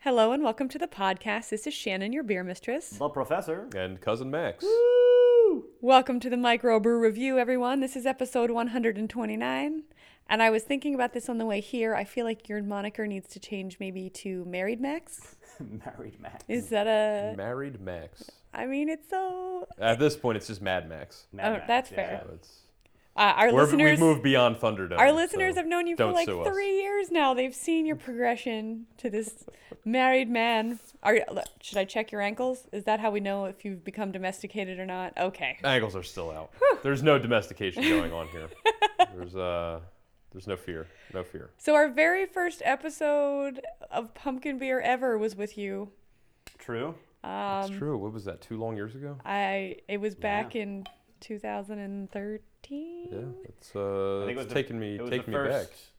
Hello and welcome to the podcast. This is Shannon, your beer mistress. The professor. and cousin Max. Welcome to the Microbrew Review, everyone. This is episode 129. And I was thinking about this on the way here. I feel like your moniker needs to change maybe to Married Max. Married Max. Is that a. Married Max. I mean, it's so. At this point, it's just Mad Max. Mad Oh, Max, that's yeah. fair. So it's- Uh, our we're- listeners. we've moved beyond Thunderdome. our listeners so have known you for don't like sue us. three years now. They've seen your progression to this married man. Are you- look, should I check your ankles? Is that how we know if you've become domesticated or not? Okay. Angles are still out. There's no domestication going on here. There's uh, there's no fear, no fear. So our very first episode of pumpkin beer ever was with you. Um, True. That's true. What was that? Two long years ago? I it was back in 2013. Yeah, it's uh, it it's the- taking me it was the taking me back. first-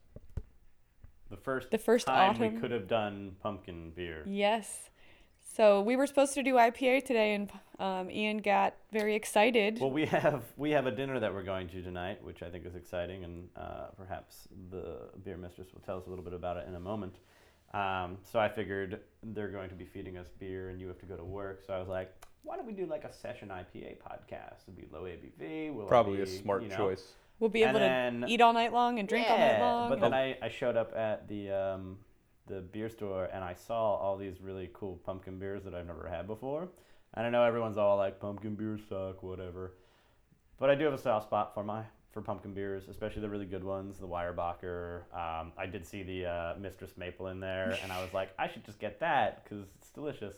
The first, The first time autumn. we could have done pumpkin beer. Yes. So we were supposed to do IPA today, and um, Ian got very excited. Well, we have we have a dinner that we're going to tonight, which I think is exciting, and uh, perhaps the beer mistress will tell us a little bit about it in a moment. Um, so I figured they're going to be feeding us beer, and you have to go to work. So I was like, why don't we do like a session IPA podcast? It'd be low ABV. We'll all Probably a be, smart you know, choice. we'll be and able then- to eat all night long and drink all night long. Oh, But then I, I showed up at the um, the beer store and I saw all these really cool pumpkin beers that I've never had before. And I know everyone's all like pumpkin beers suck, whatever. But I do have a soft spot for my for pumpkin beers, especially the really good ones, the Weyerbacher. Um, I did see the uh, Mistress Maple in there, and I was like, I should just get that because it's delicious.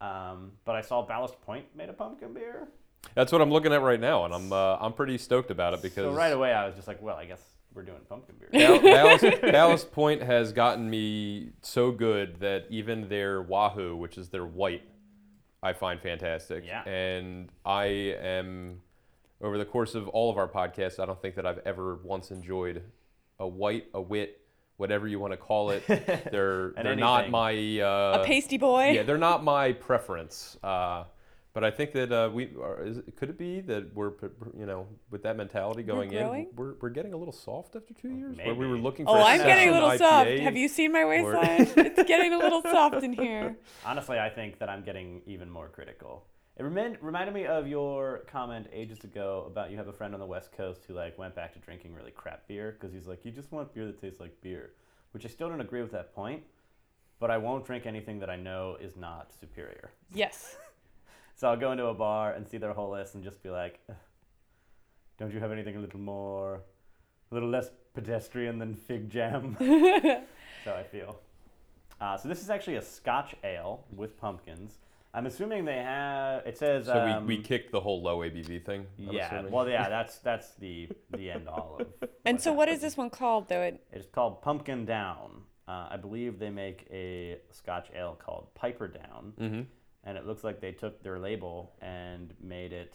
Um, but I saw Ballast Point made a pumpkin beer, That's what I'm looking at right now, and I'm uh, I'm pretty stoked about it because so right away I was just like, well, I guess we're doing pumpkin beer. Dal- Dallas, Dallas Point has gotten me so good that even their Wahoo, which is their white, I find fantastic. Yeah. And I am, over the course of all of our podcasts, I don't think that I've ever once enjoyed a white, a wit, whatever you want to call it. They're, And they're not anything. my. Uh, a pasty boy. yeah, they're not my preference. Uh, but I think that uh, we are, is, it- could it be that we're p- p- you know with that mentality going in growing? we're, we're getting a little soft after two years where we were Oh, Maybe. looking for Oh, a I'm getting a session little IPA. soft. Have you seen my waistline? it's getting a little soft in here. Honestly, I think that I'm getting even more critical. It remind, reminded me of your comment ages ago about you have a friend on the West Coast who like went back to drinking really crap beer because he's like, you just want beer that tastes like beer, which I still don't agree with that point. But I won't drink anything that I know is not superior. Yes. So I'll go into a bar and see their whole list and just be like, "Ugh, don't you have anything a little more, a little less pedestrian than fig jam? so I feel. Uh, so this is actually a Scotch ale with pumpkins. I'm assuming they have. It says. so um, we, we kicked the whole low ABV thing. I'm yeah. assuming. Well, yeah. That's that's the the end all of. And so, what is this one called, though? It, It's called Pumpkin Down. Uh, I believe they make a Scotch ale called Piper Down, Mm-hmm, and it looks like they took their label and made it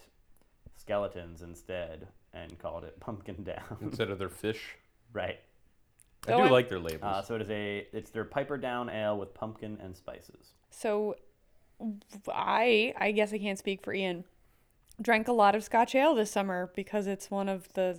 skeletons instead, and called it Pumpkin Down. instead of their fish, right. I Oh, do I'm- like their labels. Uh, so it is a it's their Piper Down ale with pumpkin and spices. so I, I guess I can't speak for Ian. Drank a lot of Scotch ale this summer because it's one of the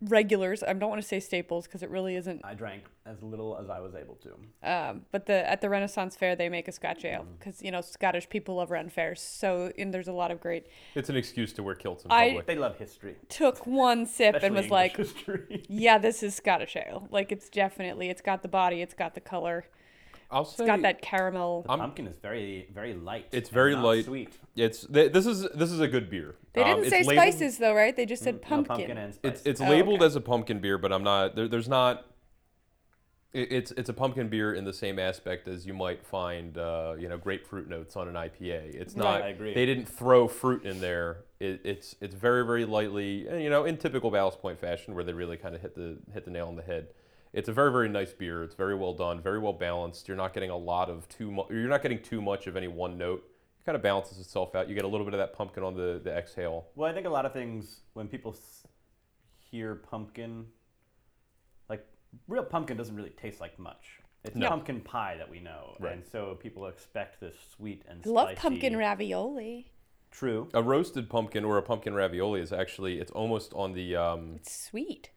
regulars. I don't want to say staples because it really isn't. I drank as little as I was able to. Um, but the at the Renaissance Fair they make a Scotch ale Mm. because you know Scottish people love Ren fairs. So and there's a lot of great. it's an excuse to wear kilts in I- public. They love history, Took one sip especially and was English like, history. yeah, this is Scottish ale. Like it's definitely it's got the body, it's got the color, I'll say it's got that caramel. I'm- pumpkin is very very light. It's and very not light. Sweet. it's th- this is this is a good beer. They didn't Um, it's say labeled- spices though, right? They just said Mm, No, pumpkin. and spices. It's it's Oh, labeled okay. as a pumpkin beer, but I'm not. There, there's not. it- It's it's a pumpkin beer in the same aspect as you might find uh, you know grapefruit notes on an IPA. It's not. I agree. They didn't throw fruit in there. It, it's it's very very lightly and, you know in typical Ballast Point fashion where they really kind of hit the hit the nail on the head. It's a very very nice beer. It's very well done, very well balanced. You're not getting a lot of too much. You're not getting too much of any one note. It kind of balances itself out. You get a little bit of that pumpkin on the the exhale. Well, I think a lot of things when people s- hear pumpkin, like real pumpkin doesn't really taste like much. It's No. pumpkin pie that we know, Right. and so people expect this sweet and I spicy. love pumpkin ravioli. True. A roasted pumpkin or a pumpkin ravioli is actually it's almost on the um, It's sweet.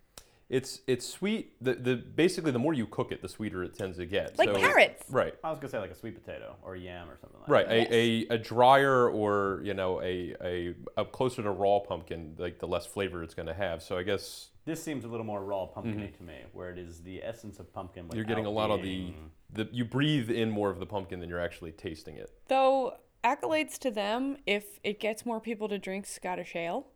it's it's sweet. The the basically the more you cook it, the sweeter it tends to get. Like so, carrots. Right. I was gonna say like a sweet potato or yam or something like Right, that. a, a, a drier or you know a, a a closer to raw pumpkin, like the less flavor it's going to have. So I guess This seems a little more raw pumpkiny to me, where it is the essence of pumpkin. Mm-hmm. you're getting a without lot of the, being- the you breathe in more of the pumpkin than you're actually tasting it. Though accolades to them if it gets more people to drink Scottish ale.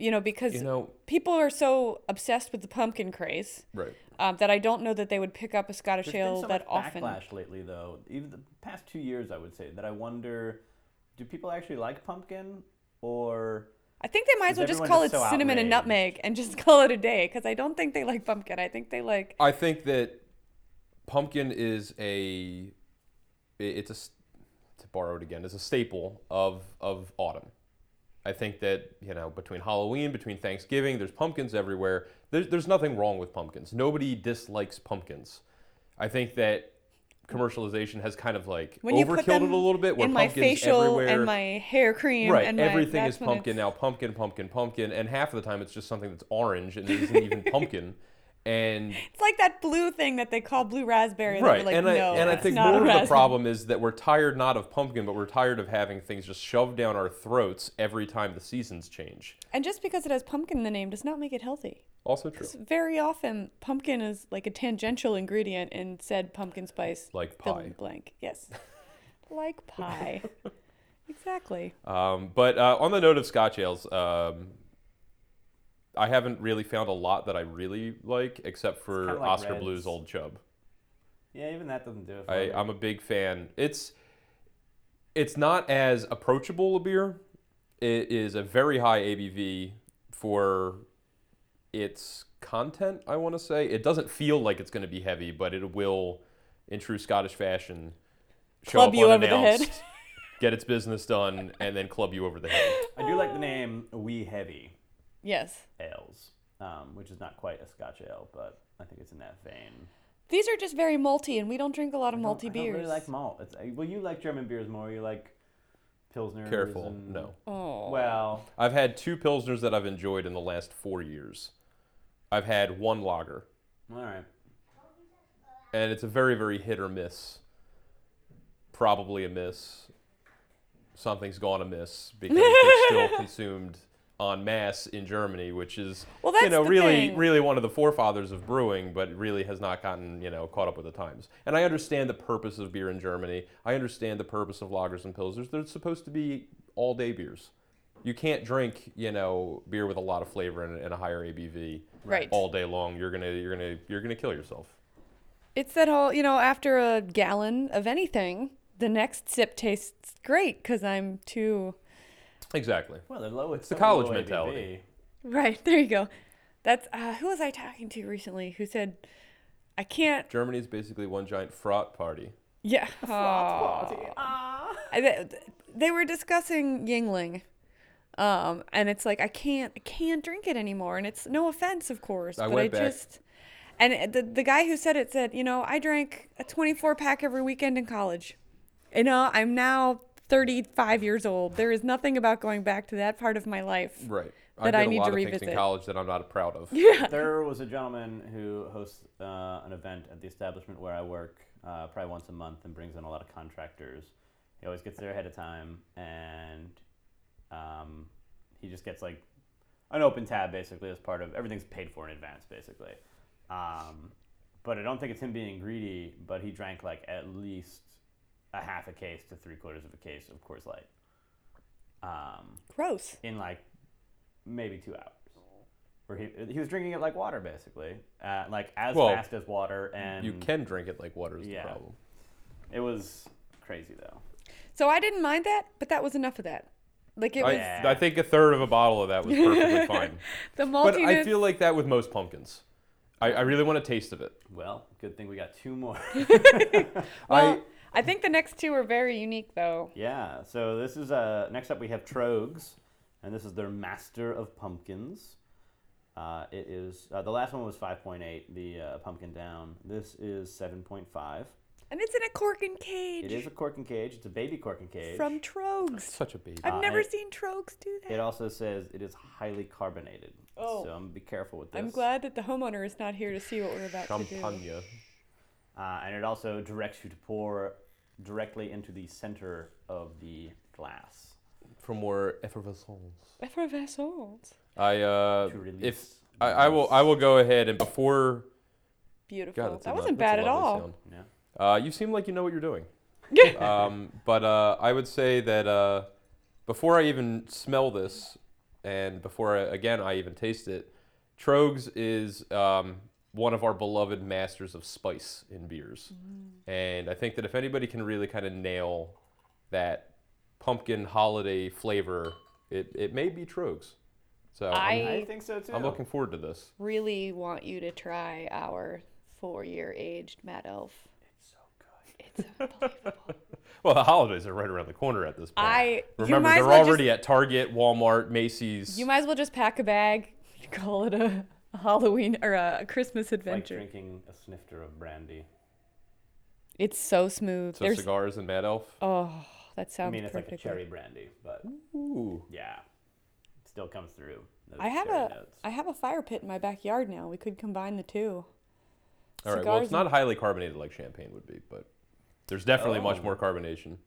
You know, because You know, people are so obsessed with the pumpkin craze right? um, that I don't know that they would pick up a Scottish There's ale been so that much often. backlash lately, though. Even the past two years, I would say that I wonder, do people actually like pumpkin, or I think they might as Is well just everyone call it just so cinnamon and outraged? nutmeg and just call it a day because I don't think they like pumpkin. I think they like I think that pumpkin is a i- it's a s- to borrow it again, it's a staple of of autumn. I think that you know between Halloween, between Thanksgiving, there's pumpkins everywhere. There's there's nothing wrong with pumpkins. Nobody dislikes pumpkins. I think that commercialization has kind of like when you overkilled put it a them little bit. Where in my pumpkins facial everywhere, and my hair cream. right? and my- everything that's is when it's- pumpkin now. Pumpkin, pumpkin, pumpkin, and half of the time it's just something that's orange and isn't even pumpkin. And It's like that blue thing that they call blue raspberry. right Right. Like, and, no, I, and I that's think not a more of the raspberry." problem is that we're tired not of pumpkin but we're tired of having things just shoved down our throats every time the seasons change And just because it has pumpkin in the name does not make it healthy. also true 'Cause very often, pumpkin is like a tangential ingredient in said pumpkin spice. Like fill in pie. the blank. Yes. like pie. exactly. um, but uh, on the note of scotch ales um, i haven't really found a lot that i really like except for kinda like oscar reds. blue's old chub yeah, even that doesn't do it. For I, me. I'm a big fan. It's it's not as approachable a beer. It is a very high ABV for its content. I want to say it doesn't feel like it's going to be heavy, but it will, in true Scottish fashion, show Club up you over the head. unannounced, get its business done, and then club you over the head. I do Oh. like the name Wee Heavy Yes. Ales, um, which is not quite a Scotch ale, but I think it's in that vein. These are just very malty, and we don't drink a lot of don't- malty I beers. don't really like malt. It's, I- well, you like German beers more. You like pilsners. Careful, and- no. oh. Well, I've had two pilsners that I've enjoyed in the last four years. I've had one lager. all right. and it's a very very hit or miss probably a miss something's gone amiss because they're still consumed en masse in germany which is Well, you that's know the really thing. really one of the forefathers of brewing but really has not gotten you know caught up with the times and i understand the purpose of beer in germany i understand the purpose of lagers and pilsners they're supposed to be all day beers you can't drink you know beer with a lot of flavor and, and a higher abv Right. all day long you're gonna you're gonna you're gonna kill yourself It's that whole, you know, after a gallon of anything, the next sip tastes great because I'm too. exactly Well, they're low. It's, the so college low mentality. Right, there you go. That's, uh, who was I talking to recently who said, I can't. Germany's basically one giant frat party. Yeah. Aw. I, th- they were discussing Yingling. Um, and it's like I can't I can't drink it anymore and it's no offense of course I but went I back. just and it- the the guy who said it said, you know, I drank a 24 pack every weekend in college. You know, I'm now 35 years old. There is nothing about going back to that part of my life. Right. That I I did need a lot to of things in revisit. college that I'm not proud of. ABV. there was a gentleman who hosts uh, an event at the establishment where I work, uh, probably once a month, and brings in a lot of contractors. He always gets there ahead of time, and um, he just gets like an open tab basically as part of everything's paid for in advance basically. Um, but I don't think it's him being greedy. But he drank like at least a half a case to three quarters of a case of Coors Light. Um, Gross. in like maybe two hours. Where he he was drinking it like water basically, uh, like as Well, fast as water, and you can drink it like water is Yeah. the problem. it was crazy though. So I didn't mind that, but that was enough of that. Like it was I, I think a third of a bottle of that was perfectly fine. the But maltiness. I feel like that with most pumpkins. I, I really want a taste of it. Well, good thing we got two more. well, I think the next two are very unique though. yeah. So this is uh next up we have Trogs, and this is their Master of Pumpkins. Uh, it is uh, the last one was 5.8, the uh, pumpkin down. This is 7.5. And it's in a cork and cage. It is a cork and cage. It's a baby cork and cage. From Trogs. Such a baby. I've Uh, never it- seen Trogs do that. it also says it is highly carbonated. Oh. So um, be careful with this. I'm glad that the homeowner is not here to see what we're about to do. Champagne. Uh, and it also directs you to pour directly into the center of the glass For more effervescence. Effervescence. I uh, to release. if I, I will I will go ahead and before Beautiful. God, that's a that lo- wasn't that's a bad at lovely all. sound. Yeah. Uh, you seem like you know what you're doing. um, but uh, I would say that uh, before I even smell this, and before I, again I even taste it, Trogs is um, one of our beloved masters of spice in beers, and I think that if anybody can really kind of nail that pumpkin holiday flavor, it, it may be Trogs. So I'm, I I think so too. I'm looking forward to this. really want you to try our four year aged Mad Elf. It's so good. It's unbelievable. Well, the holidays are right around the corner at this point. I- you remember might they're as well already at Target, Walmart, Macy's. you might as well just pack a bag, call it a Halloween or a Christmas It's like adventure. drinking a snifter of brandy. it's so smooth. so There's cigars and Mad Elf. oh that I sounds mean, it's like a perfect. cherry brandy, but Ooh. yeah, it still comes through. those I have cherry a notes. I have a fire pit in my backyard now. We could combine the two. All right. Well, Cigars it's not highly carbonated like champagne would be, but there's definitely Oh. much more carbonation.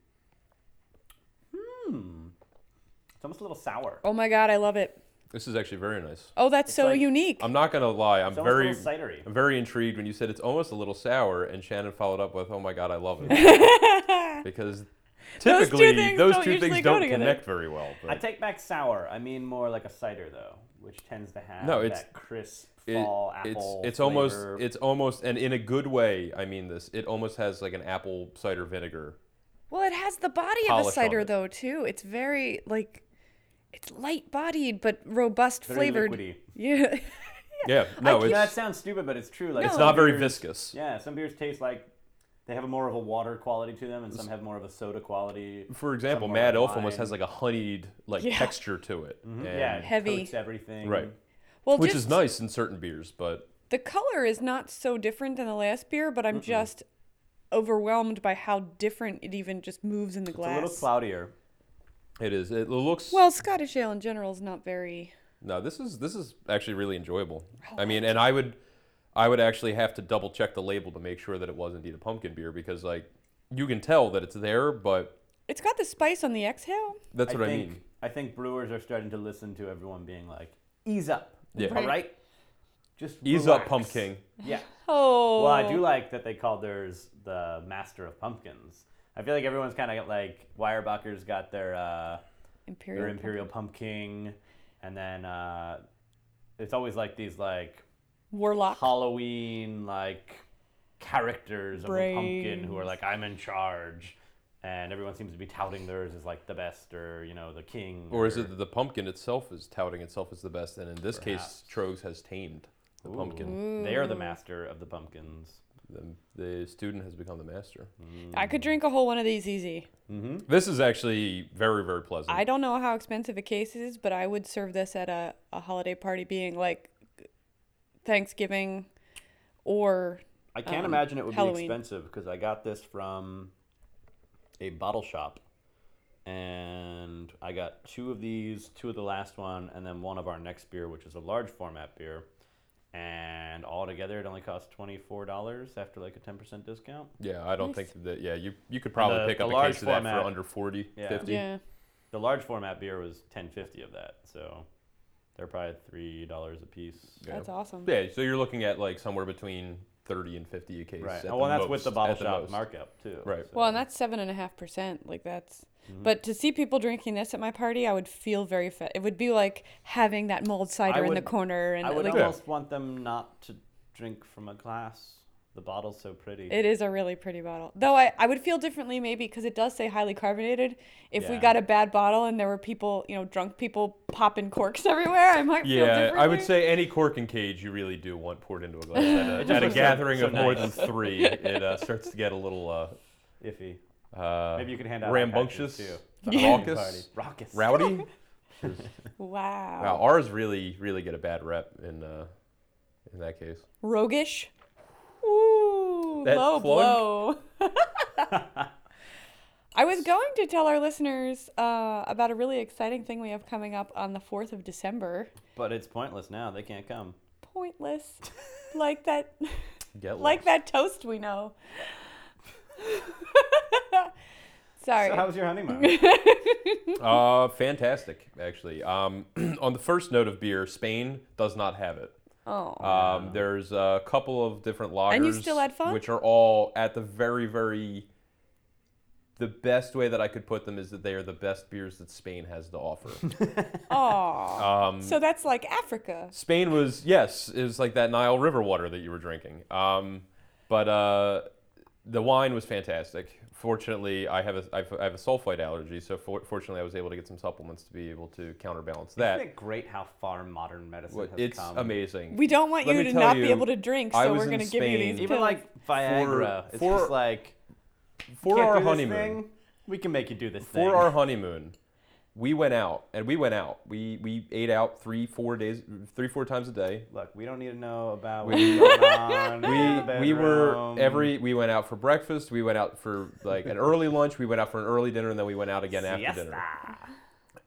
It's almost a little sour. Oh my god, I love it. This is actually very nice. Oh, that's so like- um, unique. I'm not gonna lie. I'm It's almost very, a little cidery. I'm very intrigued when you said it's almost a little sour, and Shannon followed up with, "Oh my God, I love it," because Those two typically things those don't two usually things go don't together. connect very well. I But take back sour. I mean more like a cider though, which tends to have No, it's- that crisp it- fall it's apple. it's almost flavor. it's almost and in a good way. I mean this. It almost has like an apple cider vinegar. Well, it has the body of polish a on cider it. though too. It's very like it's light bodied but robust very flavored. liquidy. Yeah. Yeah. No, keep- No, it's that sounds stupid, but it's true. Like it's some not very beers- viscous. Yeah, some beers taste like they have more of a water quality to them, and some have more of a soda quality. For example, Some Mad more Elf almost wine. Mm-hmm. has like a honeyed like Yeah. texture to it. and- yeah, it Heavy. coats everything. Right. Well, Which just is nice in certain beers, but the color is not so different than the last beer, but I'm just overwhelmed by how different it even just moves in the It's a glass. little cloudier. it is. It looks Well, Scottish ale in general is not very. No, this is this is actually really enjoyable. I mean, and I would I would actually have to double check the label to make sure that it was indeed a pumpkin beer because like you can tell that it's there, but It's got the spice on the exhale. that's what think, I mean. I think brewers are starting to listen to everyone being like, "Ease up, Yeah. all Right. right, just Ease up, relax." pumpkin. Yeah. Oh. Well, I do like that they called theirs the Master of Pumpkins. I feel like everyone's kind of like Weyerbacher's got their uh, Imperial. their Imperial Pumpkin, and then uh, it's always like these like Warlock. Halloween like characters of a pumpkin who are Brains. like, I'm in charge. And everyone seems to be touting theirs as like the best or, you know, the king. Or is it that the pumpkin itself is touting itself as the best, and in this Perhaps. case, Trogs has tamed the Ooh. pumpkin. They are the master of the pumpkins. The, Mm-hmm. the student has become the master. Hmm. I could drink a whole one of these easy. Mm-hmm. This is actually very very pleasant. I don't know how expensive a case is, but I would serve this at a, a holiday party, being like Thanksgiving or I Um, can't imagine it would be Halloween. expensive because I got this from a bottle shop. And I got two of these, two of the last one, and then one of our next beer, which is a large format beer. And altogether, it only cost $24 after like a 10% discount. yeah, I don't Nice. think that. Yeah, you you could probably the- pick the up a large case of that format- for under 40, Yeah. 50. yeah. The large format beer was ten fifty of that, so they're probably three dollars a piece. Yeah. That's awesome. Yeah, so you're looking at like somewhere between thirty and fifty a case. Right. at Oh, well, that's with most, the bottle at shop most. markup too. Right. Well, and that's seven and a half percent. Like that's. Mm-hmm. But to see people drinking this at my party, I would feel very fit. It would be like having that mulled cider in the would- corner, and I would like Yeah. almost want them not to drink from a glass. The bottle's so pretty. it is a really pretty bottle. Though I, I would feel differently maybe because it does say highly carbonated. If we Yeah. got a bad bottle and there were people, you know, drunk people popping corks everywhere, I might feel Yeah, differently. I would say any cork and cage you really do want poured into a glass. At just a, at a looks so- gathering so of more than nice. three, it uh, starts to get a little Iffy. uh, uh, Maybe you can hand out like rambunctious, patches, too. raucous, Raucous. rowdy. Wow. Wow, ours really, really get a bad rep in uh, in that case. Roguish. Ooh, That low plug? blow. I was going to tell our listeners uh, about a really exciting thing we have coming up on the 4th of December. But it's pointless now. They can't come. Pointless. like that Get like lost. that toast we know. Sorry. So how was your honeymoon? Uh, fantastic, actually. Um, on the first note of beer, Spain does not have it. oh. Um, There's a couple of different lagers, you still had fun? which are all at the very, very. The best way that I could put them is that they are the best beers that Spain has to offer. Aw. Um, so that's like Africa. Spain was yes, it was like that Nile River water that you were drinking. Um, but uh, the wine was fantastic. Fortunately, I have a I have I have a sulfite allergy, so for, fortunately I was able to get some supplements to be able to counterbalance Isn't that. it great how far modern medicine What- has It's come? amazing. We don't want Let you me to tell not you, be able to drink, I so was we're in going to give you Spain. these Even pills. like Viagra, it's for- just like For can't our do this honeymoon, thing? we can make you do this thing. for our honeymoon, we went out and we went out. We we ate out three four days, three four times a day. Look, we don't need to know about what's We- going on. in the we we were bedroom. every we went out for breakfast we went out for like an early lunch we went out for an early dinner and then we went out again after dinner Siesta.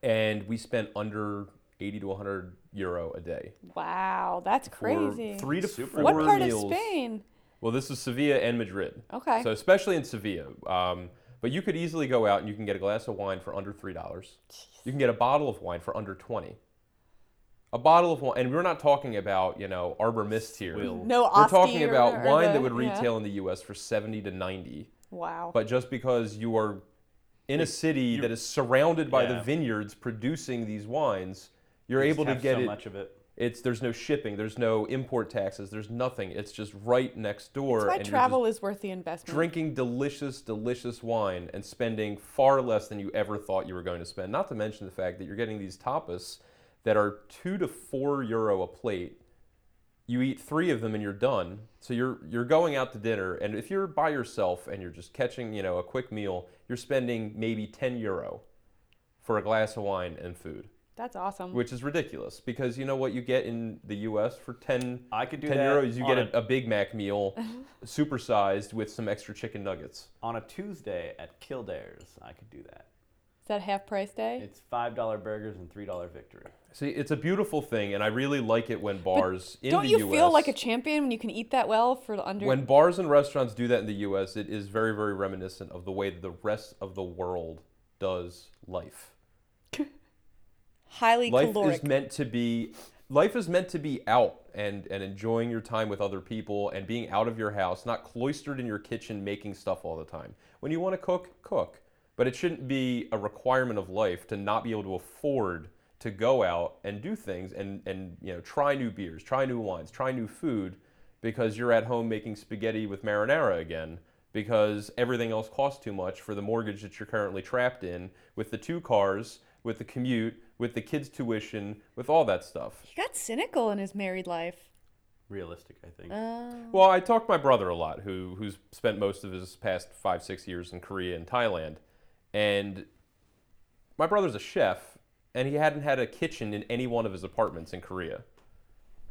and we spent under 80 to 100 euro a day wow, that's for crazy. three to Super four what part meals of Spain? well this is sevilla and madrid Okay. so especially in sevilla um, but you could easily go out and you can get a glass of wine for under three dollars you can get a bottle of wine for under 20 a bottle of wine and we're not talking about you know arbor mist here Swill. no, we're Osti talking or- about or wine the- that would yeah. retail in the us for 70 to 90 Wow. but just because you are in a city that is surrounded by the Yeah. vineyards producing these wines, you're Just able to have get so it. much of it. It's there's no shipping, there's no import taxes, there's nothing. It's just right next door, That's why and travel you're is worth the investment. just Mm. drinking delicious, delicious wine and spending far less than you ever thought you were going to spend. Not to mention the fact that you're getting these tapas that are two to four euro a plate. You eat three of them and you're done. So you're you're going out to dinner, and if you're by yourself and you're just catching you know a quick meal, you're spending maybe ten euro for a glass of wine and food, That's awesome. which is ridiculous because you know what you get in the U.S. for ten. I could do 10 that euros, you on get a, a Big Mac meal, supersized with some extra chicken nuggets. on a Tuesday at Kildare's. I could do that. is that half price day? It's five dollar burgers and three dollar victory. See, it's a beautiful thing, and I really like it when bars in Don't the you U.S. feel like a champion when you can eat that well for under? when bars and restaurants do that in the U.S., it is very, very reminiscent of the way that the rest of the world does life. highly life caloric. is meant to be life is meant to be out and and enjoying your time with other people and being out of your house not cloistered in your kitchen making stuff all the time when you want to cook cook but it shouldn't be a requirement of life to not be able to afford to go out and do things and and you know try new beers try new wines try new food because you're at home making spaghetti with marinara again because everything else costs too much for the mortgage that you're currently trapped in with the two cars, with the commute, with the kids' tuition, with all that stuff. he got cynical in his married life. Realistic, I think. Uh. Well, I talk to my brother a lot, who who's spent most of his past five six years in Korea and Thailand, and my brother's a chef, and he hadn't had a kitchen in any one of his apartments in Korea.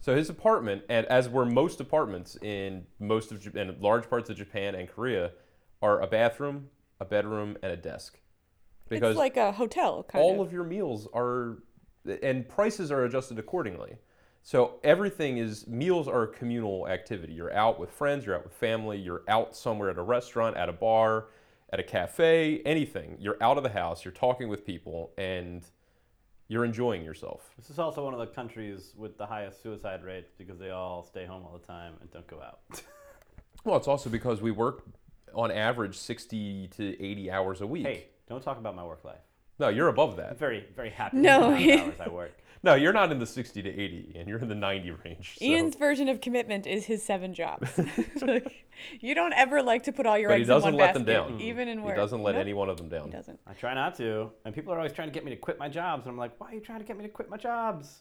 So his apartment, and as were most apartments in most of Japan, in large parts of Japan and Korea, are a bathroom, a bedroom, and a desk, It's like a hotel kind all of. of your meals are and prices are adjusted accordingly so everything is meals are a communal activity you're out with friends you're out with family you're out somewhere at a restaurant at a bar at a cafe anything you're out of the house you're talking with people and you're enjoying yourself This is also one of the countries with the highest suicide rates because they all stay home all the time and don't go out. well it's also because we work on average 60 to 80 hours a week hey, don't talk about my work life. no you're above that I'm very, very happy. with No, the amount he- of hours I work. no you're not in the 60 to 80 and you're in the 90 range so. Ian's version of commitment is his seven jobs. you don't ever like to put all your But he eggs in doesn't one let them basket, down. even in he work. doesn't let Nope, any one of them down He doesn't. I try not to, and people are always trying to get me to quit my jobs, and I'm like, why are you trying to get me to quit my jobs?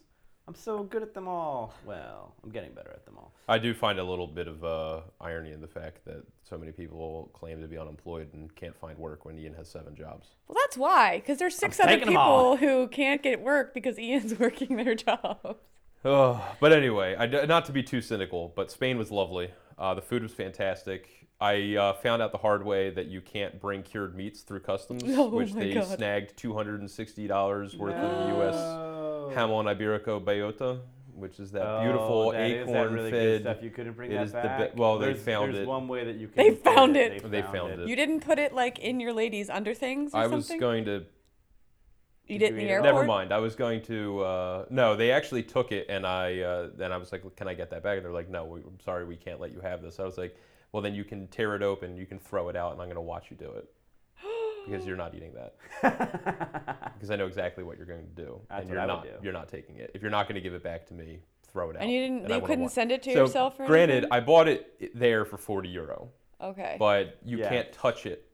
I'm so good at them all. Well, I'm getting better at them all. I do find a little bit of uh, irony in the fact that so many people claim to be unemployed and can't find work when Ian has seven jobs. Well, that's why, because there's six other taking 'em all. people who can't get work because Ian's working their job. Oh, but anyway, I d not to be too cynical, but Spain was lovely. Uh, the food was fantastic. I uh, found out the hard way that you can't bring cured meats through customs, Oh which my they God. snagged two hundred and sixty dollars worth of U.S. Hamon Iberico Bayota, which is that beautiful Oh, that is that acorn really good fed. stuff. You couldn't bring it that is the be- back. well, they There's- found there's it. one way that you can. They say found that They found it. You didn't put it like in your ladies under things or I was something. going to you Did did in you the eat it? airport. Never mind. I was going to. Uh, no, they actually took it, and I uh, then I was like, "Can I get that back?" And they're like, "No, we, I'm sorry, we can't let you have this." I was like, "Well, then you can tear it open, you can throw it out, and I'm going to watch you do it because you're not eating that because I know exactly what you're going to do, That's and what you're I would not do. you're not taking it. If you're not going to give it back to me, throw it out." And you didn't. I you wanna couldn't watch- send it to So, yourself. Or granted, anything? I bought it i- there for 40 euro, okay. but you Yeah. can't touch it.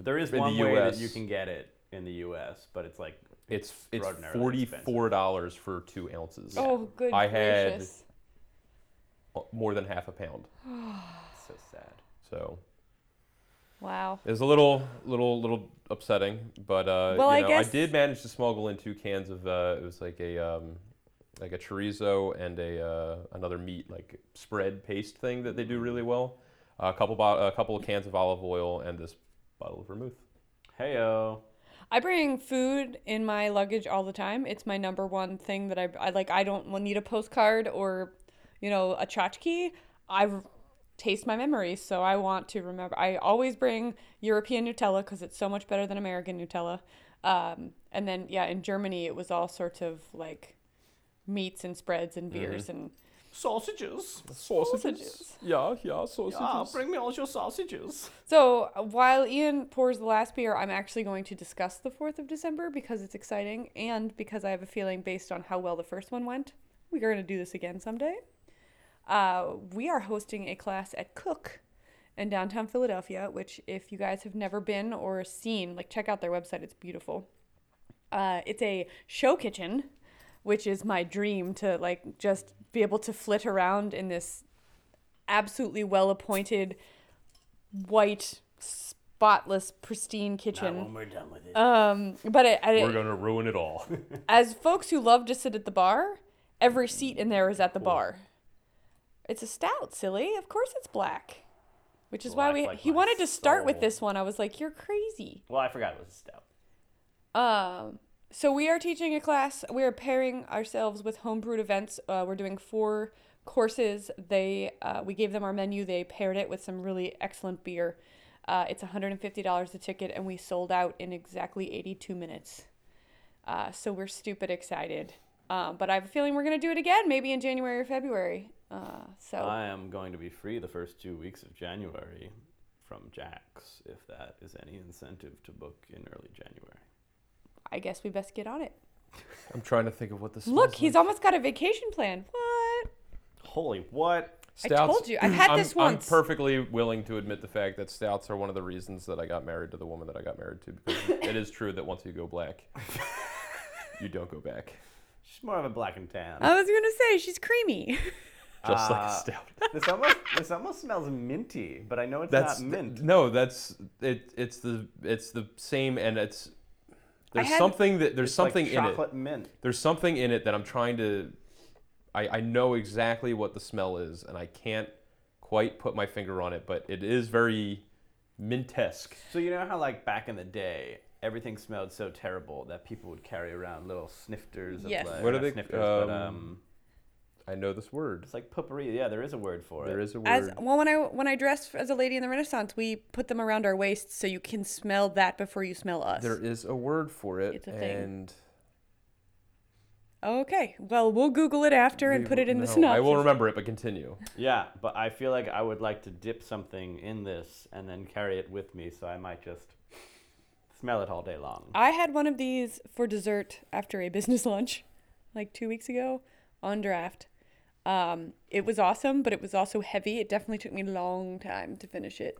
There is in the one way that US. you can get it in the U.S., but it's like It's it's Extraordinarily forty-four dollars for two ounces. Oh, good I had- gracious! more than half a pound. so sad. So Wow. It was a little, little, little upsetting, but uh, Well, you I know, guess- did manage to smuggle in two cans of uh, it was like a um, like a chorizo and a uh, another meat like spread paste thing that they do really well. a couple bo- a couple of cans of olive oil and this bottle of vermouth. Heyo. I bring food in my luggage all the time. It's my number one thing that I, I like. I don't need a postcard or, you know, a tchotchke. I r- taste my memories, so I want to remember. I always bring European Nutella because it's so much better than American Nutella. Um, and then, yeah, in Germany, it was all sorts of like meats and spreads and beers and Sausages. Ah, Sausages. Yeah, yeah, sausages. me all your sausages. So uh, while Ian pours the last beer, I'm actually going to discuss the 4th of December because it's exciting and because I have a feeling based on how well the first one went, we are going to do this again someday. Uh, we are hosting a class at Cook in downtown Philadelphia, which, if you guys have never been or seen, like check out their website, it's beautiful. Uh, it's a show kitchen, which is my dream to like just be able to flit around in this absolutely well appointed white, spotless, pristine kitchen. we're done with it. Um, but I, I, We're gonna ruin it all. as folks who love to sit at the bar, every seat in there is at the bar. It's a stout, silly. Of course it's black. Which is why Black we like he my wanted to start with soul. this one. I was like, "You're crazy." well, I forgot it was a stout. Um, so we are teaching a class. We are pairing ourselves with homebrewed events. Uh, we're doing four courses. They uh, we gave them our menu. They paired it with some really excellent beer. Uh, it's $150 a ticket, and we sold out in exactly 82 minutes. Uh, so we're stupid excited. Um, but I have a feeling we're gonna do it again, maybe in January or February. Uh, so I am going to be free the first two weeks of January from Jack's, if that is any incentive to book in early January. I guess we best get on it. I'm trying to think of what this. Look, he's almost got a vacation plan. What? Holy what? I told you. I've had I'm, this I'm once. perfectly willing to admit the fact that stouts are one of the reasons that I got married to the woman that I got married to because it is true that once you go black, you don't go back. She's more of a black and tan. I was gonna say she's creamy. Just like a Uh, stout. This almost this almost smells minty, but I know it's That's not mint. no, that's it. It's the it's the same, and it's there's had- something that there's It's something like in it. chocolate mint. There's something in it that I'm trying to. I, I know exactly what the smell is, and I can't quite put my finger on it, but it is very mintesque. So you know how like back in the day, everything smelled so terrible that people would carry around little snifters. Yes. Of, like, What are not they- Snifters, but, um, um, I know this word. it's like potpourri. Yeah, there is a word for There it. is a word. As well, when I when I dressed as a lady in the Renaissance, we put them around our waists so you can smell that before you smell us. There is a word for it, It's a thing. and Okay, well we'll Google it after and we put it will- in the no, synopsis. I will remember it, but continue. Yeah, but I feel like I would like to dip something in this and then carry it with me, so I might just smell it all day long. I had one of these for dessert after a business lunch, like two weeks ago, on draft. Um, it was awesome, but it was also heavy. It definitely took me a long time to finish it.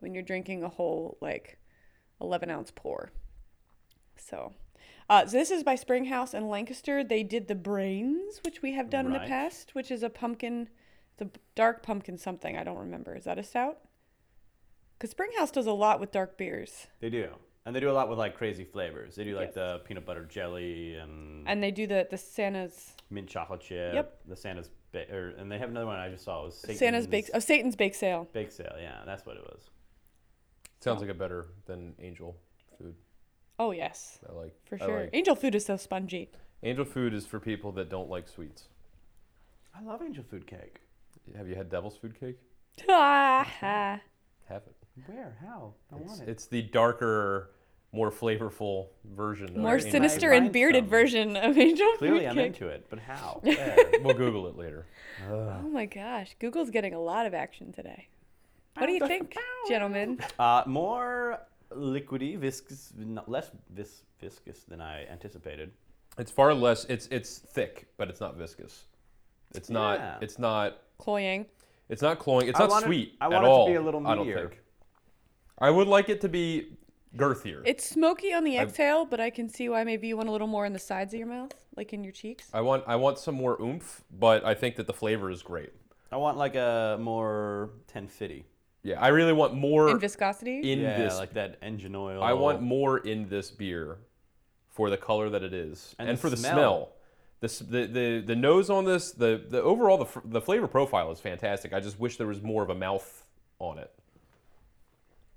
When you're drinking a whole like eleven ounce pour, so. Uh, so this is by Springhouse in Lancaster. They did the brains, which we have done in Right. the past, which is a pumpkin, it's a dark pumpkin something. I don't remember. Is that a stout? Because Springhouse does a lot with dark beers. They do. And they do a lot with like crazy flavors. They do like the peanut butter jelly and, And they do the the Santa's mint chocolate chip. Yep. The Santa's ba- or, and they have another one I just saw. It was Satan's Santa's bake oh Satan's bake sale. bake sale. Yeah, that's what it was. Sounds like a better than angel food. Oh yes, I like for I sure. like- Angel food is so spongy. angel food is for people that don't like sweets. I love angel food cake. Have you had devil's food cake? Ah, Have it. Where? How? I It's, want it. it's the darker, more flavorful version. of more angel sinister food. Find and bearded some. version of angel Clearly, food I'm cake. into it, but how? Yeah, we'll Google it later. Oh my gosh, Google's getting a lot of action today. What do you think, gentlemen? Uh, more liquidy, viscous, not less vis- viscous than I anticipated. It's far less. It's it's thick, but it's not viscous. It's not. Yeah. It's not. Cloying. It's not cloying. It's I not want it- sweet I at want it to all. be a little I don't meatier. think. I would like it to be girthier. It's smoky on the exhale, but I can see why maybe you want a little more in the sides of your mouth, like in your cheeks. I want. I want some more oomph, but I think that the flavor is great. I want like a more tenfitty. Yeah, I really want more in in, viscosity. yeah, this. like that engine oil. I want more in this beer, for the color that it is, And and, the for the smell. smell. The, s- the, the, the nose on this the, the overall the, fr- the flavor profile is fantastic. I just wish there was more of a mouth on it.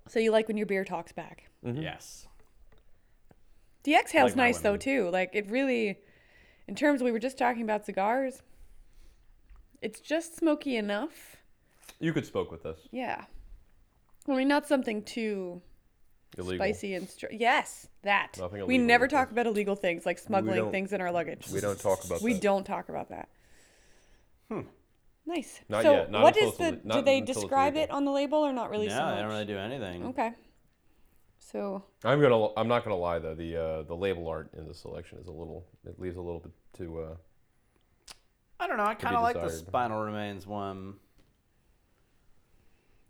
so you like when your beer talks back. Yes. The exhale's Like my nice though women. too. Like it really, in terms we were just talking about cigars. It's just smoky enough. You could smoke with this. Yeah. I mean, not something too Illegal. spicy and str- yes, that Nothing we illegal never with talk this. about illegal things like smuggling don't- things in our luggage. We don't talk about We that. don't talk about that. Hmm. Nice. Not so yet. Not what is until it's the? ill- not do they until it's describe it legal. on the label or not really? No, so I much? don't really do anything. Okay. So I'm gonna. I'm not gonna lie though. The uh, the label art in this selection is a little. It leaves a little bit to. Uh, I don't know. I be kind of like the desired. spinal remains one.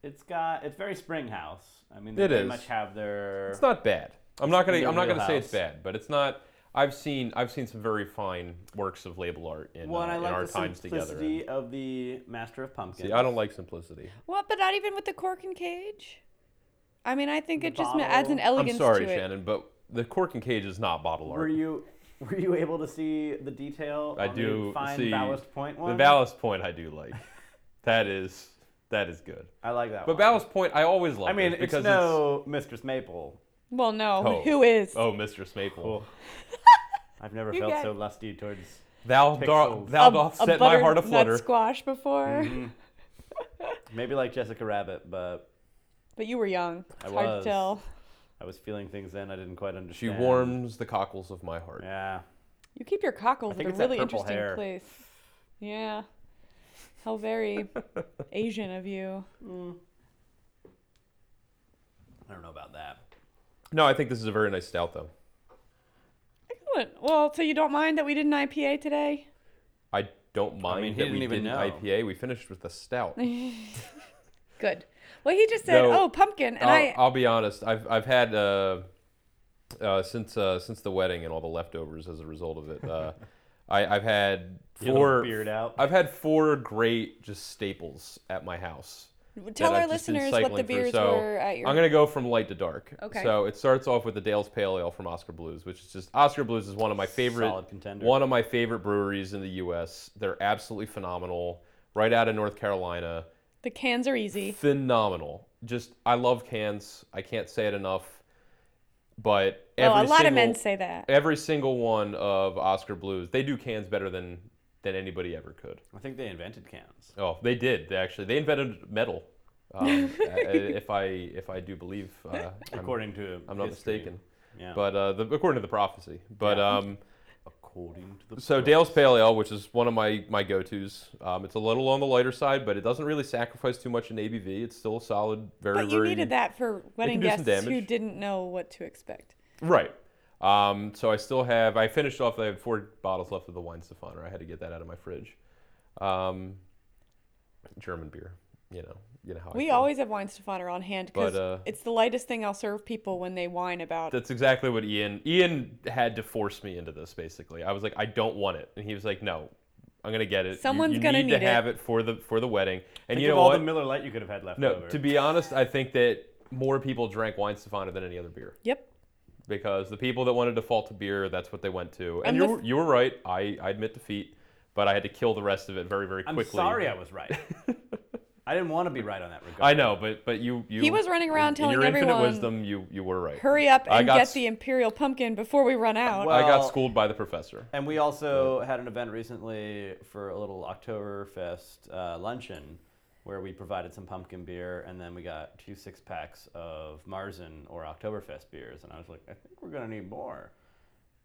It's got. It's very Springhouse. I mean, they It very is. much have their. it's not bad. I'm not gonna. in their I'm not gonna say it's wheelhouse. bad, but it's not. I've seen. I've seen some very fine works of label art in, Well, uh, and I in like our the times together. simplicity of the Master of Pumpkin. See, I don't like simplicity. what? But not even with the cork and cage. I mean, I think The it just ma- adds an bottle. elegance I'm sorry, to it. Shannon, but the cork and cage is not bottle Were art. you were you able to see the detail? I on do the fine see ballast point one. The ballast point I do like. that is that is good. I like that. But one. ballast point I always love. I mean, this it's because no Mistress Maple. Well, no. Oh. Who is? Oh, Mistress Maple. I've never You felt got so it. lusty towards. Thou dar- Pixels. thou doth set my heart Mm-hmm. butternut aflutter. squash before, Maybe like Jessica Rabbit, but but you were young. It's hard was. to tell. I was feeling things then I didn't quite She understand. warms the cockles of my heart. Yeah. You keep your cockles think at a it's that really purple interesting hair. place. Yeah. How very Asian of you. I don't know about that. No, I think this is a very nice stout, though. Excellent. Well, so you don't mind that we did an IPA today? I don't mind he that didn't we even didn't know. IPA. We finished with a stout. and Good. Well, he just said, No. "Oh, pumpkin," and I'll, I. I'll be honest. I've I've had uh, uh, since uh, since the wedding and all the leftovers as a result of it. Uh, I, I've had Get a four. beard out. I've had four great just staples at my house. tell oh, that our I've just been listeners what the cycling through. beers So, were at your. I'm gonna go from light to dark. Okay. So it starts off with the Dale's Pale Ale from Oscar Blues, which is just Oscar Blues is one of my favorite Solid contender. one of my favorite breweries in the U.S. They're absolutely phenomenal. Right out of North Carolina, the cans are easy. phenomenal. Just I love cans. I can't say it enough. But Oh, every a lot single, of men say that. every single one of Oscar Blues, they do cans better than than anybody ever could. I think they invented cans. Oh, they did. They actually they invented metal. Um, I- I- if I if I do believe, uh, I'm- According to I'm not history. mistaken. Yeah. But uh, the, according to the prophecy. But um, according to the so book. Dale's Pale Ale, which is one of my my go tos. Um, it's a little on the lighter side, but it doesn't really sacrifice too much in ABV. It's still a solid, very But you very needed that for wedding do some guests who damage. didn't know what to expect. right. Um, so I still have. I finished off. I had four bottles left of the wine Stefaner. I had to get that out of my fridge. Um, German beer, you know, you know how I We feel. always have wine Stefaner on hand because But, uh, it's the lightest thing I'll serve people when they whine about. That's exactly what Ian. Ian had to force me into this. Basically, I was like, I don't want it, and he was like, No, I'm gonna get it. You- Someo's you gonna need, need it." to have it for the for the wedding. And Think you know of all what? the Miller Lite you could have had left no, over. to be honest, I think that more people drank wine Stefano than any other beer. yep. because the people that wanted to default to beer, that's what they went to. And, And you, the were, you were right. I, I admit defeat, but I had to kill the rest of it very, very I'm quickly. sorry I was right. I didn't want to be right on that regard. I know, but but you, you He was running around in- in telling your infinite everyone, wisdom, you you were right. Hurry up I and got get s- the imperial pumpkin before we run out. Well- I got schooled by the professor. And we also had an event recently for a little Oktoberfest uh, luncheon where we provided some pumpkin beer and then we got two six packs of Marzen or Oktoberfest beers. And I was like, I think we're going to need more.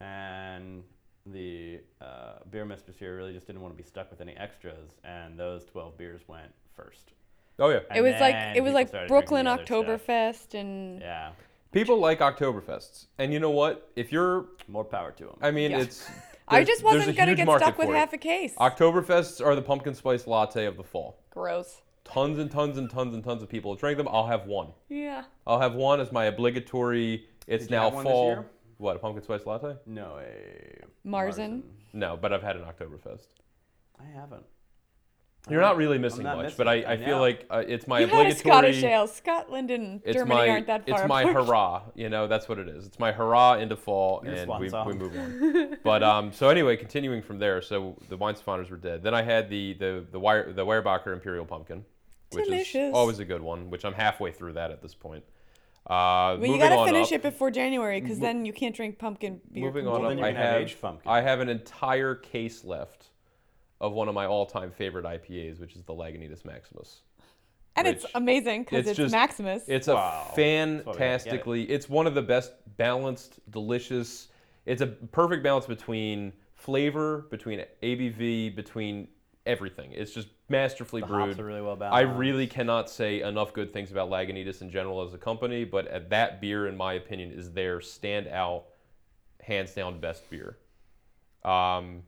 And the uh, beer mistress here really just didn't want to be stuck with any extras. And those 12 beers went first. Oh yeah, it was like And it was people like started drinking Brooklyn the other stuff. Oktoberfest and Yeah. people like Oktoberfests, and you know what? If you're, More power to them. I mean, Yeah. it's. I there's- just there's a wasn't gonna huge get market stuck with for it. half a case. Oktoberfests are the pumpkin spice latte of the fall. Gross. Tons and tons and tons and tons of people drink them. I'll have one. Yeah. I'll have one as my obligatory. It's Did you now have one this fall. year? What a pumpkin spice latte? no, a Marzen. No, but I've had an Oktoberfest. I haven't. You're not really missing Oh, not much, missing but I, it. I I feel know. like uh, it's my you had a obligatory. Scottish ale. Scotland and it's Germany my aren't that far it's my apart. hurrah. You know that's what it is. It's my hurrah into fall, Your and swan we, song. we move on. but um, so anyway, continuing from there. So the wine spawners were dead. Then I had the the the Weyer, the Weyerbacher Imperial Pumpkin, which Delicious. is always a good one. Which I'm halfway through that at this point. Uh, Well, you moving gotta on finish up- it before January because then you can't drink pumpkin beer. Moving Well, on then up, you're I gonna have have aged pumpkin. I have an entire case left of one of my all-time favorite IPAs, which is the Lagunitas Maximus. and it's which- amazing because it's it's, just- Maximus. It's a Wow. That's why we don't get it. fantastically. It's one of the best balanced, delicious. It's a perfect balance between flavor, between ABV, between everything. It's just masterfully The brewed. hops are really well I Um, balanced. really cannot say enough good things about Lagunitas in general as a company, but uh, that beer, in my opinion, is their standout, hands down best beer. Um,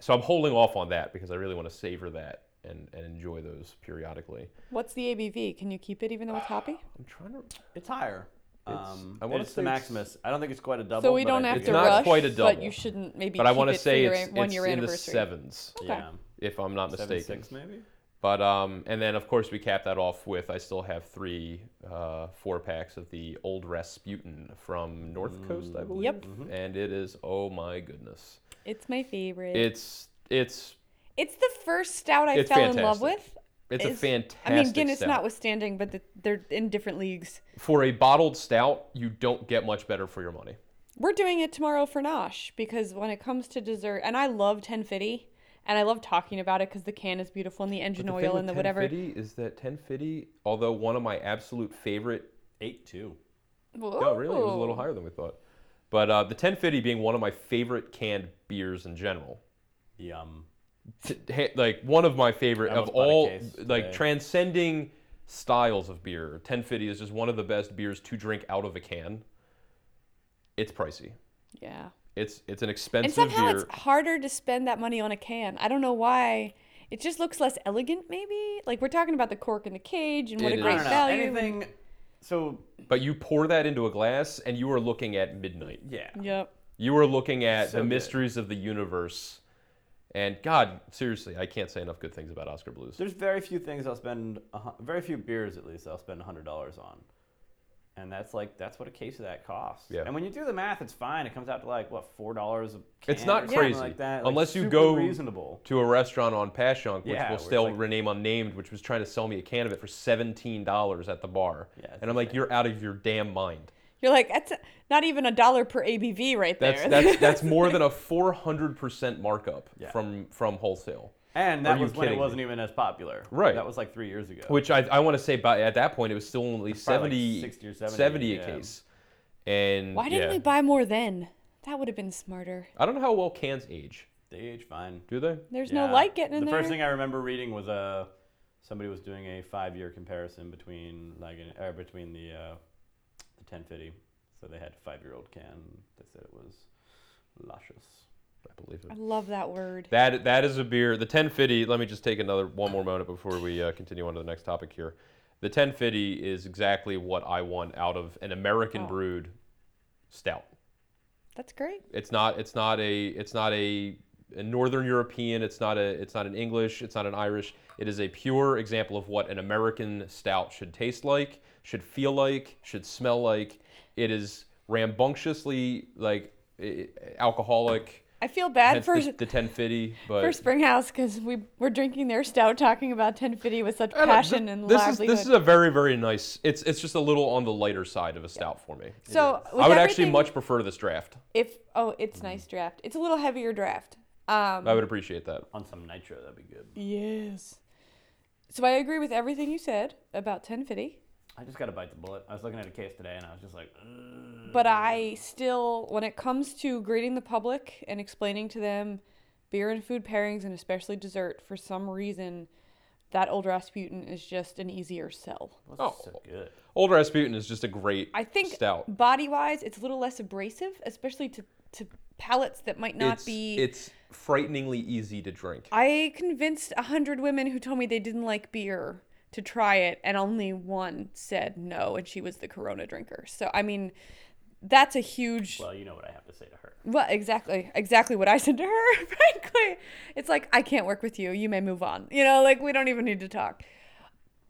so I'm holding off on that because I really want to savor that and, and enjoy those periodically. What's the ABV? Can you keep it even though it's hoppy? I'm trying to. It's higher. It's- um, I wanna it's the say it's- Maximus. I don't think it's quite a double. so we but I don't have think It's to not rush, quite a but double. you shouldn't maybe. But I want to say your it's, one year it's in the anniversary. sevens, Okay. Yeah. if I'm not Seven, mistaken. six maybe. But um, and then of course we cap that off with I still have three uh, four packs of the old Rasputin from North Coast, I believe. Yep. And it is oh my goodness, It's my favorite. it's it's it's the first stout I It's fell in love fantastic. with. it's, a It's- fantastic. I mean, Guinness stout. notwithstanding, but the, they're in different leagues. for a bottled stout, you don't get much better for your money. We're doing it tomorrow for Nosh because when it comes to dessert, and I love Tenfitty, and I love talking about it because the can is beautiful and the engine oil and the whatever. is that 1050, although one of my absolute favorite Eight two. Oh, really? It was a little Ooh. higher than we thought. But uh, the 1050 being one of my favorite canned beers in general. um, Yum. T- ha- like one of my favorite I of almost bought a all, case like today. transcending styles of beer. 1050 is just one of the best beers to drink out of a can. It's pricey. Yeah. It's it's an And expensive somehow beer. it's harder to spend that money on a can. I don't know why. It just looks less elegant, maybe. Like we're talking about the cork in the cage and what It a is. great I don't know. value. Anything. So But you pour that into a glass, and you are looking at midnight. yeah. Yep. You are looking at So the good. mysteries of the universe. And God, seriously, I can't say enough good things about Oscar Blues. There's very few things I'll spend. a hu- Very few beers at least I'll spend hundred dollars on. And that's like that's what a case of that costs. Yeah. And when you do the math, it's fine. It comes out to like what four dollars a can. It's or not something crazy, like that. Like, unless you super go- reasonable. to a restaurant on Passyunk, which Yeah, will where it's still like- rename unnamed, which was trying to sell me a can of it for seventeen dollars at the bar. Yeah, it's and I'm like, insane. you're out of your damn mind. You're like that's not even a dollar per ABV right there. That's that's that's more than a four hundred percent markup Yeah. from from wholesale. And Are that you was when kidding it me? wasn't even as popular. Right. That was like three years ago. Which I, I want to say by at that point it was still only probably like 70, 60 or 70, 70 a yeah. case. And why didn't yeah. we buy more then? That would have been smarter. I don't know how well cans age. they age fine. Do they? There's Yeah. no light getting in the there. first thing I remember reading was uh, somebody was doing a five-year comparison between like an, or between the uh, the 1050. So they had a five-year-old can. They said it was luscious. I believe it. I love that word. That that is a beer. The 1050. Let me just take another one more moment before we uh, continue on to the next topic here. The 1050 is exactly what I want out of an American Oh. brewed stout. That's great. It's not it's not a it's not a, a northern European. It's not a it's not an English. It's not an Irish. It is a pure example of what an American stout should taste like, should feel like, should smell like. It is rambunctiously like i- alcoholic. I feel bad hence for the, the 1050, but for Springhouse because we were drinking their stout, talking about 1050 with such I don't- passion th- and this is livelihood. this is a very very nice. It's it's just a little on the lighter side of a stout for me. so with I would actually everything- much prefer this draft. if oh, it's nice draft. It's a little heavier draft. Um, I would appreciate Mm. that. On some nitro, that'd be good. yes. So I agree with everything you said about 1050, I just gotta bite the bullet. I was looking at a case today and I was just like, Mm. "Ugh." but I still, when it comes to greeting the public and explaining to them beer and food pairings and especially dessert, for some reason, that old Rasputin is just an easier sell. Well, Oh. it's so good. Old Rasputin is just a great I think stout. body wise, it's a little less abrasive, especially to, to palates that might not it's, be. It's frighteningly easy to drink. I convinced a hundred women who told me they didn't like beer to try it, and only one said no, and she was the Corona drinker. So I mean, that's a huge. Well, Well, you know what I have to say to her. exactly, exactly what I said to her. Frankly, it's like I can't work with you. You may move on. You know, like we don't even need to talk.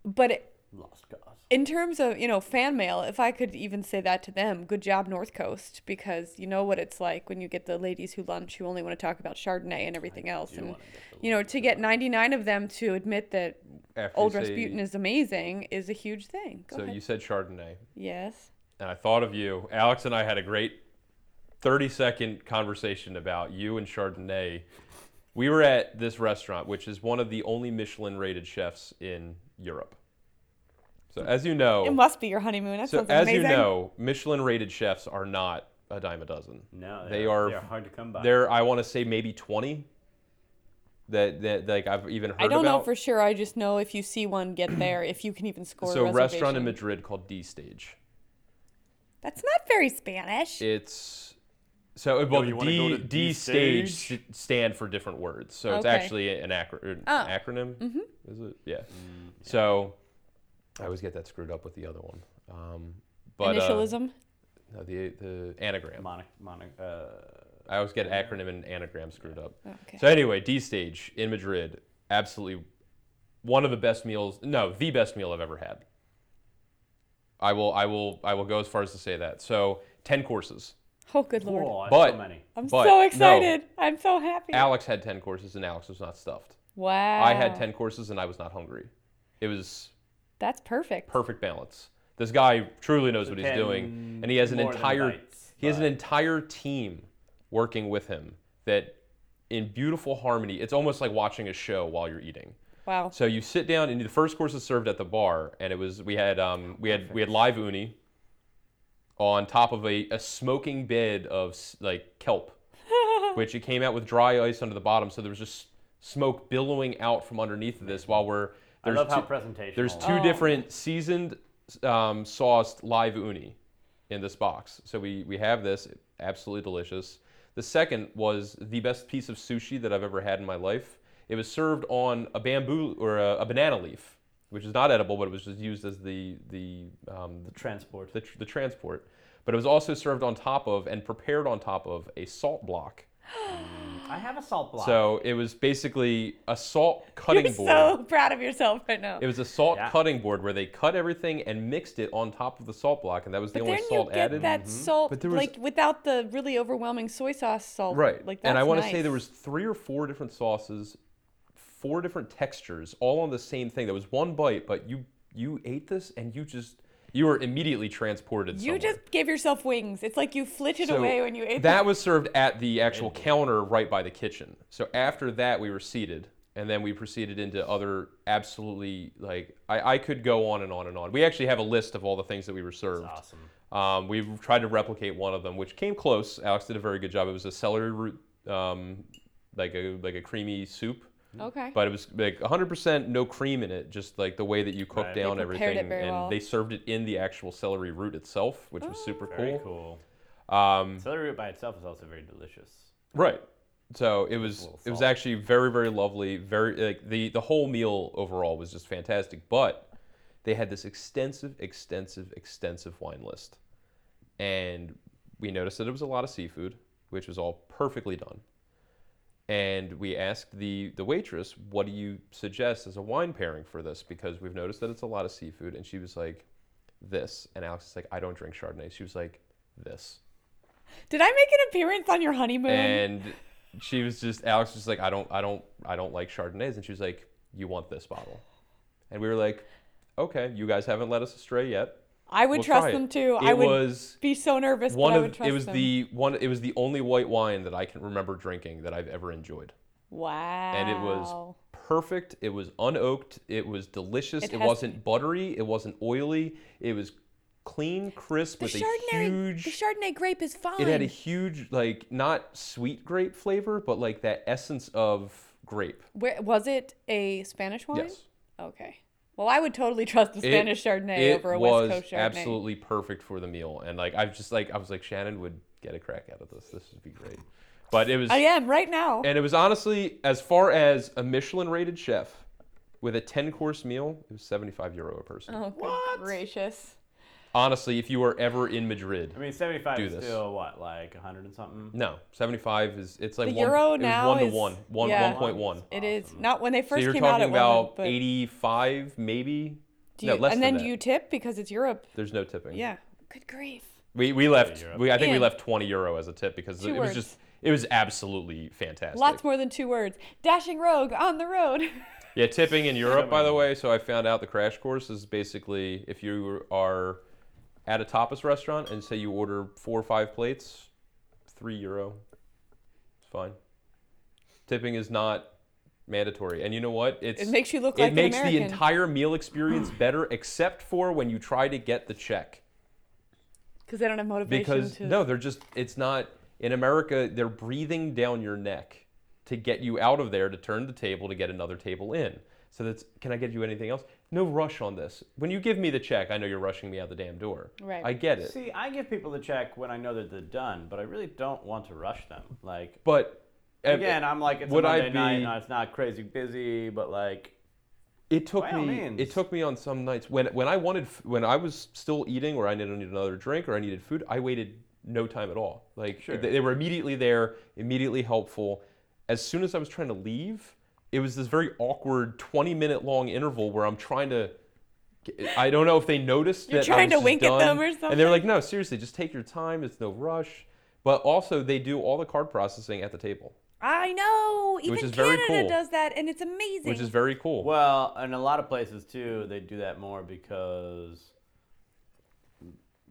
But it, Lost cause. in terms of you know fan mail if i could even say that to them good job north coast because you know what it's like when you get the ladies who lunch who only want to talk about chardonnay and everything else do and wanna get the you know to get 99 of them to admit that After you old say- rasputin is amazing is a huge thing Go So ahead. you said Chardonnay, yes and I thought of you. Alex and I had a great 30 second conversation about you and Chardonnay. We were at this restaurant, which is one of the only Michelin rated chefs in Europe. So, as you know, it must be your honeymoon that Oh. so sounds as amazing you know, Michelin rated chefs are not a dime a dozen. No, They they're- are- They're hard to come by. There, I want to say maybe 20 that, that like I've even heard i don't know about. for sure i just know if you see one get there if you can even score so, a a restaurant reservation. in Madrid called D Stage. that's not very spanish It's so uh, well. you the wanna D, go to D D stage stage? st- stand for different words, so it's Okay. actually an, acro- an Oh. acronym. Is it? Yeah. Mm, So I always get that screwed up with the other one. Um, but uh, initialism no, the the anagram. Mono, mono, uh, I always get acronym and anagram screwed up. Oh, okay So anyway, D stage in Madrid, absolutely one of the best meals. No, the best meal I've ever had. I will, I will, I will go as far as to say that. So ten courses. oh good lord whoa, that's But- so many. I'm But so no. excited. I'm so happy. Alex had 10 courses and Alex was not stuffed. wow. I had 10 courses and I was not hungry. It was That's perfect. perfect balance. This guy truly knows what he's 10 doing and he has an more than entire bites, he has an but- entire team working with him that in beautiful harmony. It's almost like watching a show while you're eating. wow. So you sit down and the first course is served at the bar and it was we had um, we had we had live uni on top of a, a smoking bed of s- like kelp which it came out with dry ice under the bottom so there was just smoke billowing out from underneath of this while we're I there's love how two, presentational. there's two Oh. different seasoned um, sauced live uni in this box. So we, we have this, absolutely delicious. The second was the best piece of sushi that I've ever had in my life. It was served on a bamboo or a, a banana leaf, which is not edible, but it was just used as the the um, the, transport. the, tr- the transport. But it was also served on top of and prepared on top of a salt block. Mm, I have a salt block. So it was basically a salt cutting You're board. so proud of yourself right now. It was a salt Yeah. cutting board where they cut everything and mixed it on top of the salt block, and that was the but only then you salt get added. Mm-hmm. that salt, But there was- like without the really overwhelming soy sauce salt. Right. Like that's and I want nice. to say there was three or four different sauces, four different textures, all on the same thing. There was one bite, but you you ate this and you just you were immediately transported. You somewhere. just gave yourself wings. It's like you flitted So away when you ate that was served at the actual counter right by the kitchen. So after that, we were seated, and then we proceeded into other absolutely like I, I could go on and on and on. We actually have a list of all the things that we were served. awesome. Um, we've tried to replicate one of them, which came close. Alex did a very good job. It was a celery root, um, like a like a creamy soup, Okay. but it was like 100% no cream in it. Just like the way that you cook Right. They down prepared everything, it very and well. they served it in the actual celery root itself, which was super Oh. Very cool. cool. Um, Celery root by itself is also very delicious. Right. So it was little it was salt. actually very very lovely. Very like the the whole meal overall was just fantastic. But they had this extensive extensive extensive wine list, and we noticed that it was a lot of seafood, which was all perfectly done. And we asked the the waitress, "What do you suggest as a wine pairing for this?" Because we've noticed that it's a lot of seafood, and she was like, "This." And Alex is like, "I don't drink Chardonnay." She was like, this. Did I make an appearance on your honeymoon? And she was just Alex was just like, I don't I don't I don't like Chardonnays and she was like, You want this bottle. And we were like, Okay, you guys haven't led us astray yet. I would we'll trust try it. them too. It I would was be so nervous, one but I would of trust it was them. the one it was the only white wine that I can remember drinking that I've ever enjoyed. wow. and it was perfect. It was unoaked. It was delicious. It It, has- wasn't buttery. It wasn't oily. It was clean, crisp the with a Chardonnay. huge. The Chardonnay grape is fine. it had a huge, like not sweet grape flavor, but like that essence of grape. Where, was it a Spanish wine? Yes. Okay. Well, I would totally trust the It- Spanish Chardonnay it over a was West Coast Chardonnay. absolutely perfect for the meal, and like I've just like I was like Shannon would get a crack out of this. This would be great. But it was I am right now. And it was honestly, as far as a Michelin rated chef with a 10 course meal, it was 75 euro a person. oh, good gracious. Honestly, if you were ever in Madrid, I mean, 75 Do is this. still what, like 100 and something? no, 75 is, it's like The one, euro it was now one to is- one, one, yeah. 1.1. It is Awesome. not when they So first you're came talking out. It about wasn't, but 85, maybe? do no, you- less and then than do that. you tip because it's Europe. There's no tipping. Yeah. Good grief. We, we left, Europe. we, I think we Ian. left 20 euro as a tip because Two it words. was just, it was absolutely fantastic. Lots more than two words. Dashing rogue on the road. Yeah, tipping in Europe, by the way. So I found out the crash course is basically if you are at a tapas restaurant and say you order four or five plates, three euro. It's fine. Tipping is not mandatory. And you know what? It's It makes you look it like an makes the American. entire meal experience better, except for when you try to get the check Because they don't have motivation because to. no they're just it's not in america they're breathing down your neck to get you out of there to turn the table to get another table in so that's can i get you anything else no rush on this when you give me the check i know you're rushing me out the damn door Right. i get it See, I give people the check when I know that they're done, but I really don't want to rush them. Like, but uh, ev- again, I'm like, it's would a I Monday night, be- and it's not crazy busy, but like, It took By all me. means. It took me on some nights when when I wanted f- when I was still eating or I needed another drink or I needed food. I waited no time at all. Like Sure. they, they were immediately there, immediately helpful. As soon as I was trying to leave, it was this very awkward twenty minute long interval where I'm trying to. I don't know if they noticed You're that I trying was to just wink at done. them or And they're something? like, "No, seriously, just take your time. It's no rush." But also, they do all the card processing at the table, I know. Even Which is very Canada cool. does that, and it's amazing. which is very cool. well, in a lot of places too, they do that more because,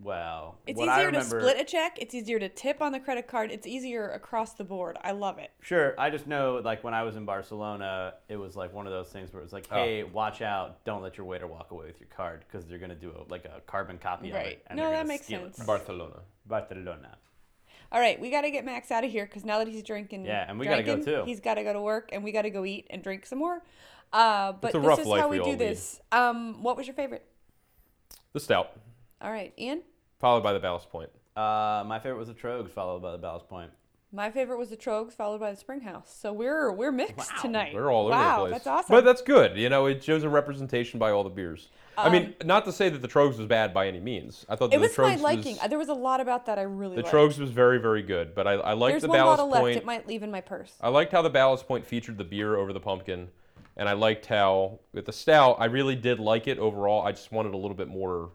well, it's what easier I remember, to split a check. It's easier to tip on the credit card. It's easier across the board. I love it. Sure, I just know like when I was in Barcelona, it was like one of those things where it was Oh. like, hey, watch out, don't let your waiter walk away with your card because they're gonna do a, like a carbon copy of Right. it. and No, they're that gonna makes steal it sense. from us." Barcelona. Barcelona. All right, we got to get Max out of here because now that he's drinking, Yeah, and we gotta go, drinking, too. He's got to go to work, and we got to go eat and drink some more. Uh, but a this rough is life how we, we all do lead. this. Um, what was your favorite? The stout, All right, Ian. followed by the ballast point. Uh, my favorite was the Trogs, followed by the Ballast Point. My favorite was the Trogs, followed by the Springhouse. So we're we're mixed tonight. They're all over wow, the place. that's awesome. But that's good. You know, it shows a representation by all the beers. I mean, not to say that the Trogs was bad by any means. I thought that Um, it was the my Trogs liking. was there was a lot about that I really the liked. Trogs was very very good, but I, I liked There's the one ballast bottle left. point. Uh, It might leave in my purse. I liked how the ballast point featured the beer over the pumpkin, and I liked how with the stout I really did like it overall. I just wanted a little bit more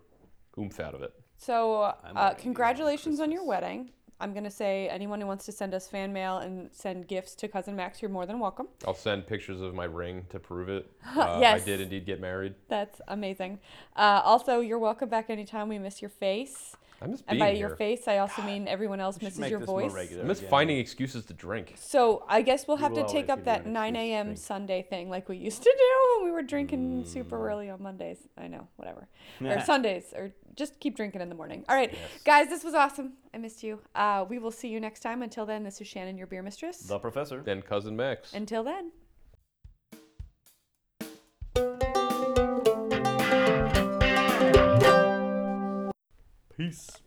oomph out of it. So, uh, gonna be congratulations on your wedding. I'm gonna say anyone who wants to send us fan mail and send gifts to cousin Max, you're more than welcome. I'll send pictures of my ring to prove it. Uh, Yes. I did indeed get married. That's amazing. Uh, also, you're welcome back anytime. We miss your face. I miss And being by here. your face, I also mean everyone else should misses make your this more voice. regular. I miss Yeah. finding excuses to drink. So I guess we'll have will to take up always give you that an 9 excuse to a.m. drink. Sunday thing like we used to do when we were drinking super Mm. early on Mondays. I know, whatever. Or Sundays, or just keep drinking in the morning. All right, guys, this was awesome. I missed you. Uh, we will see you next time. Until then, this is Shannon, your beer mistress. The Professor. Then cousin Max. Until then. Peace.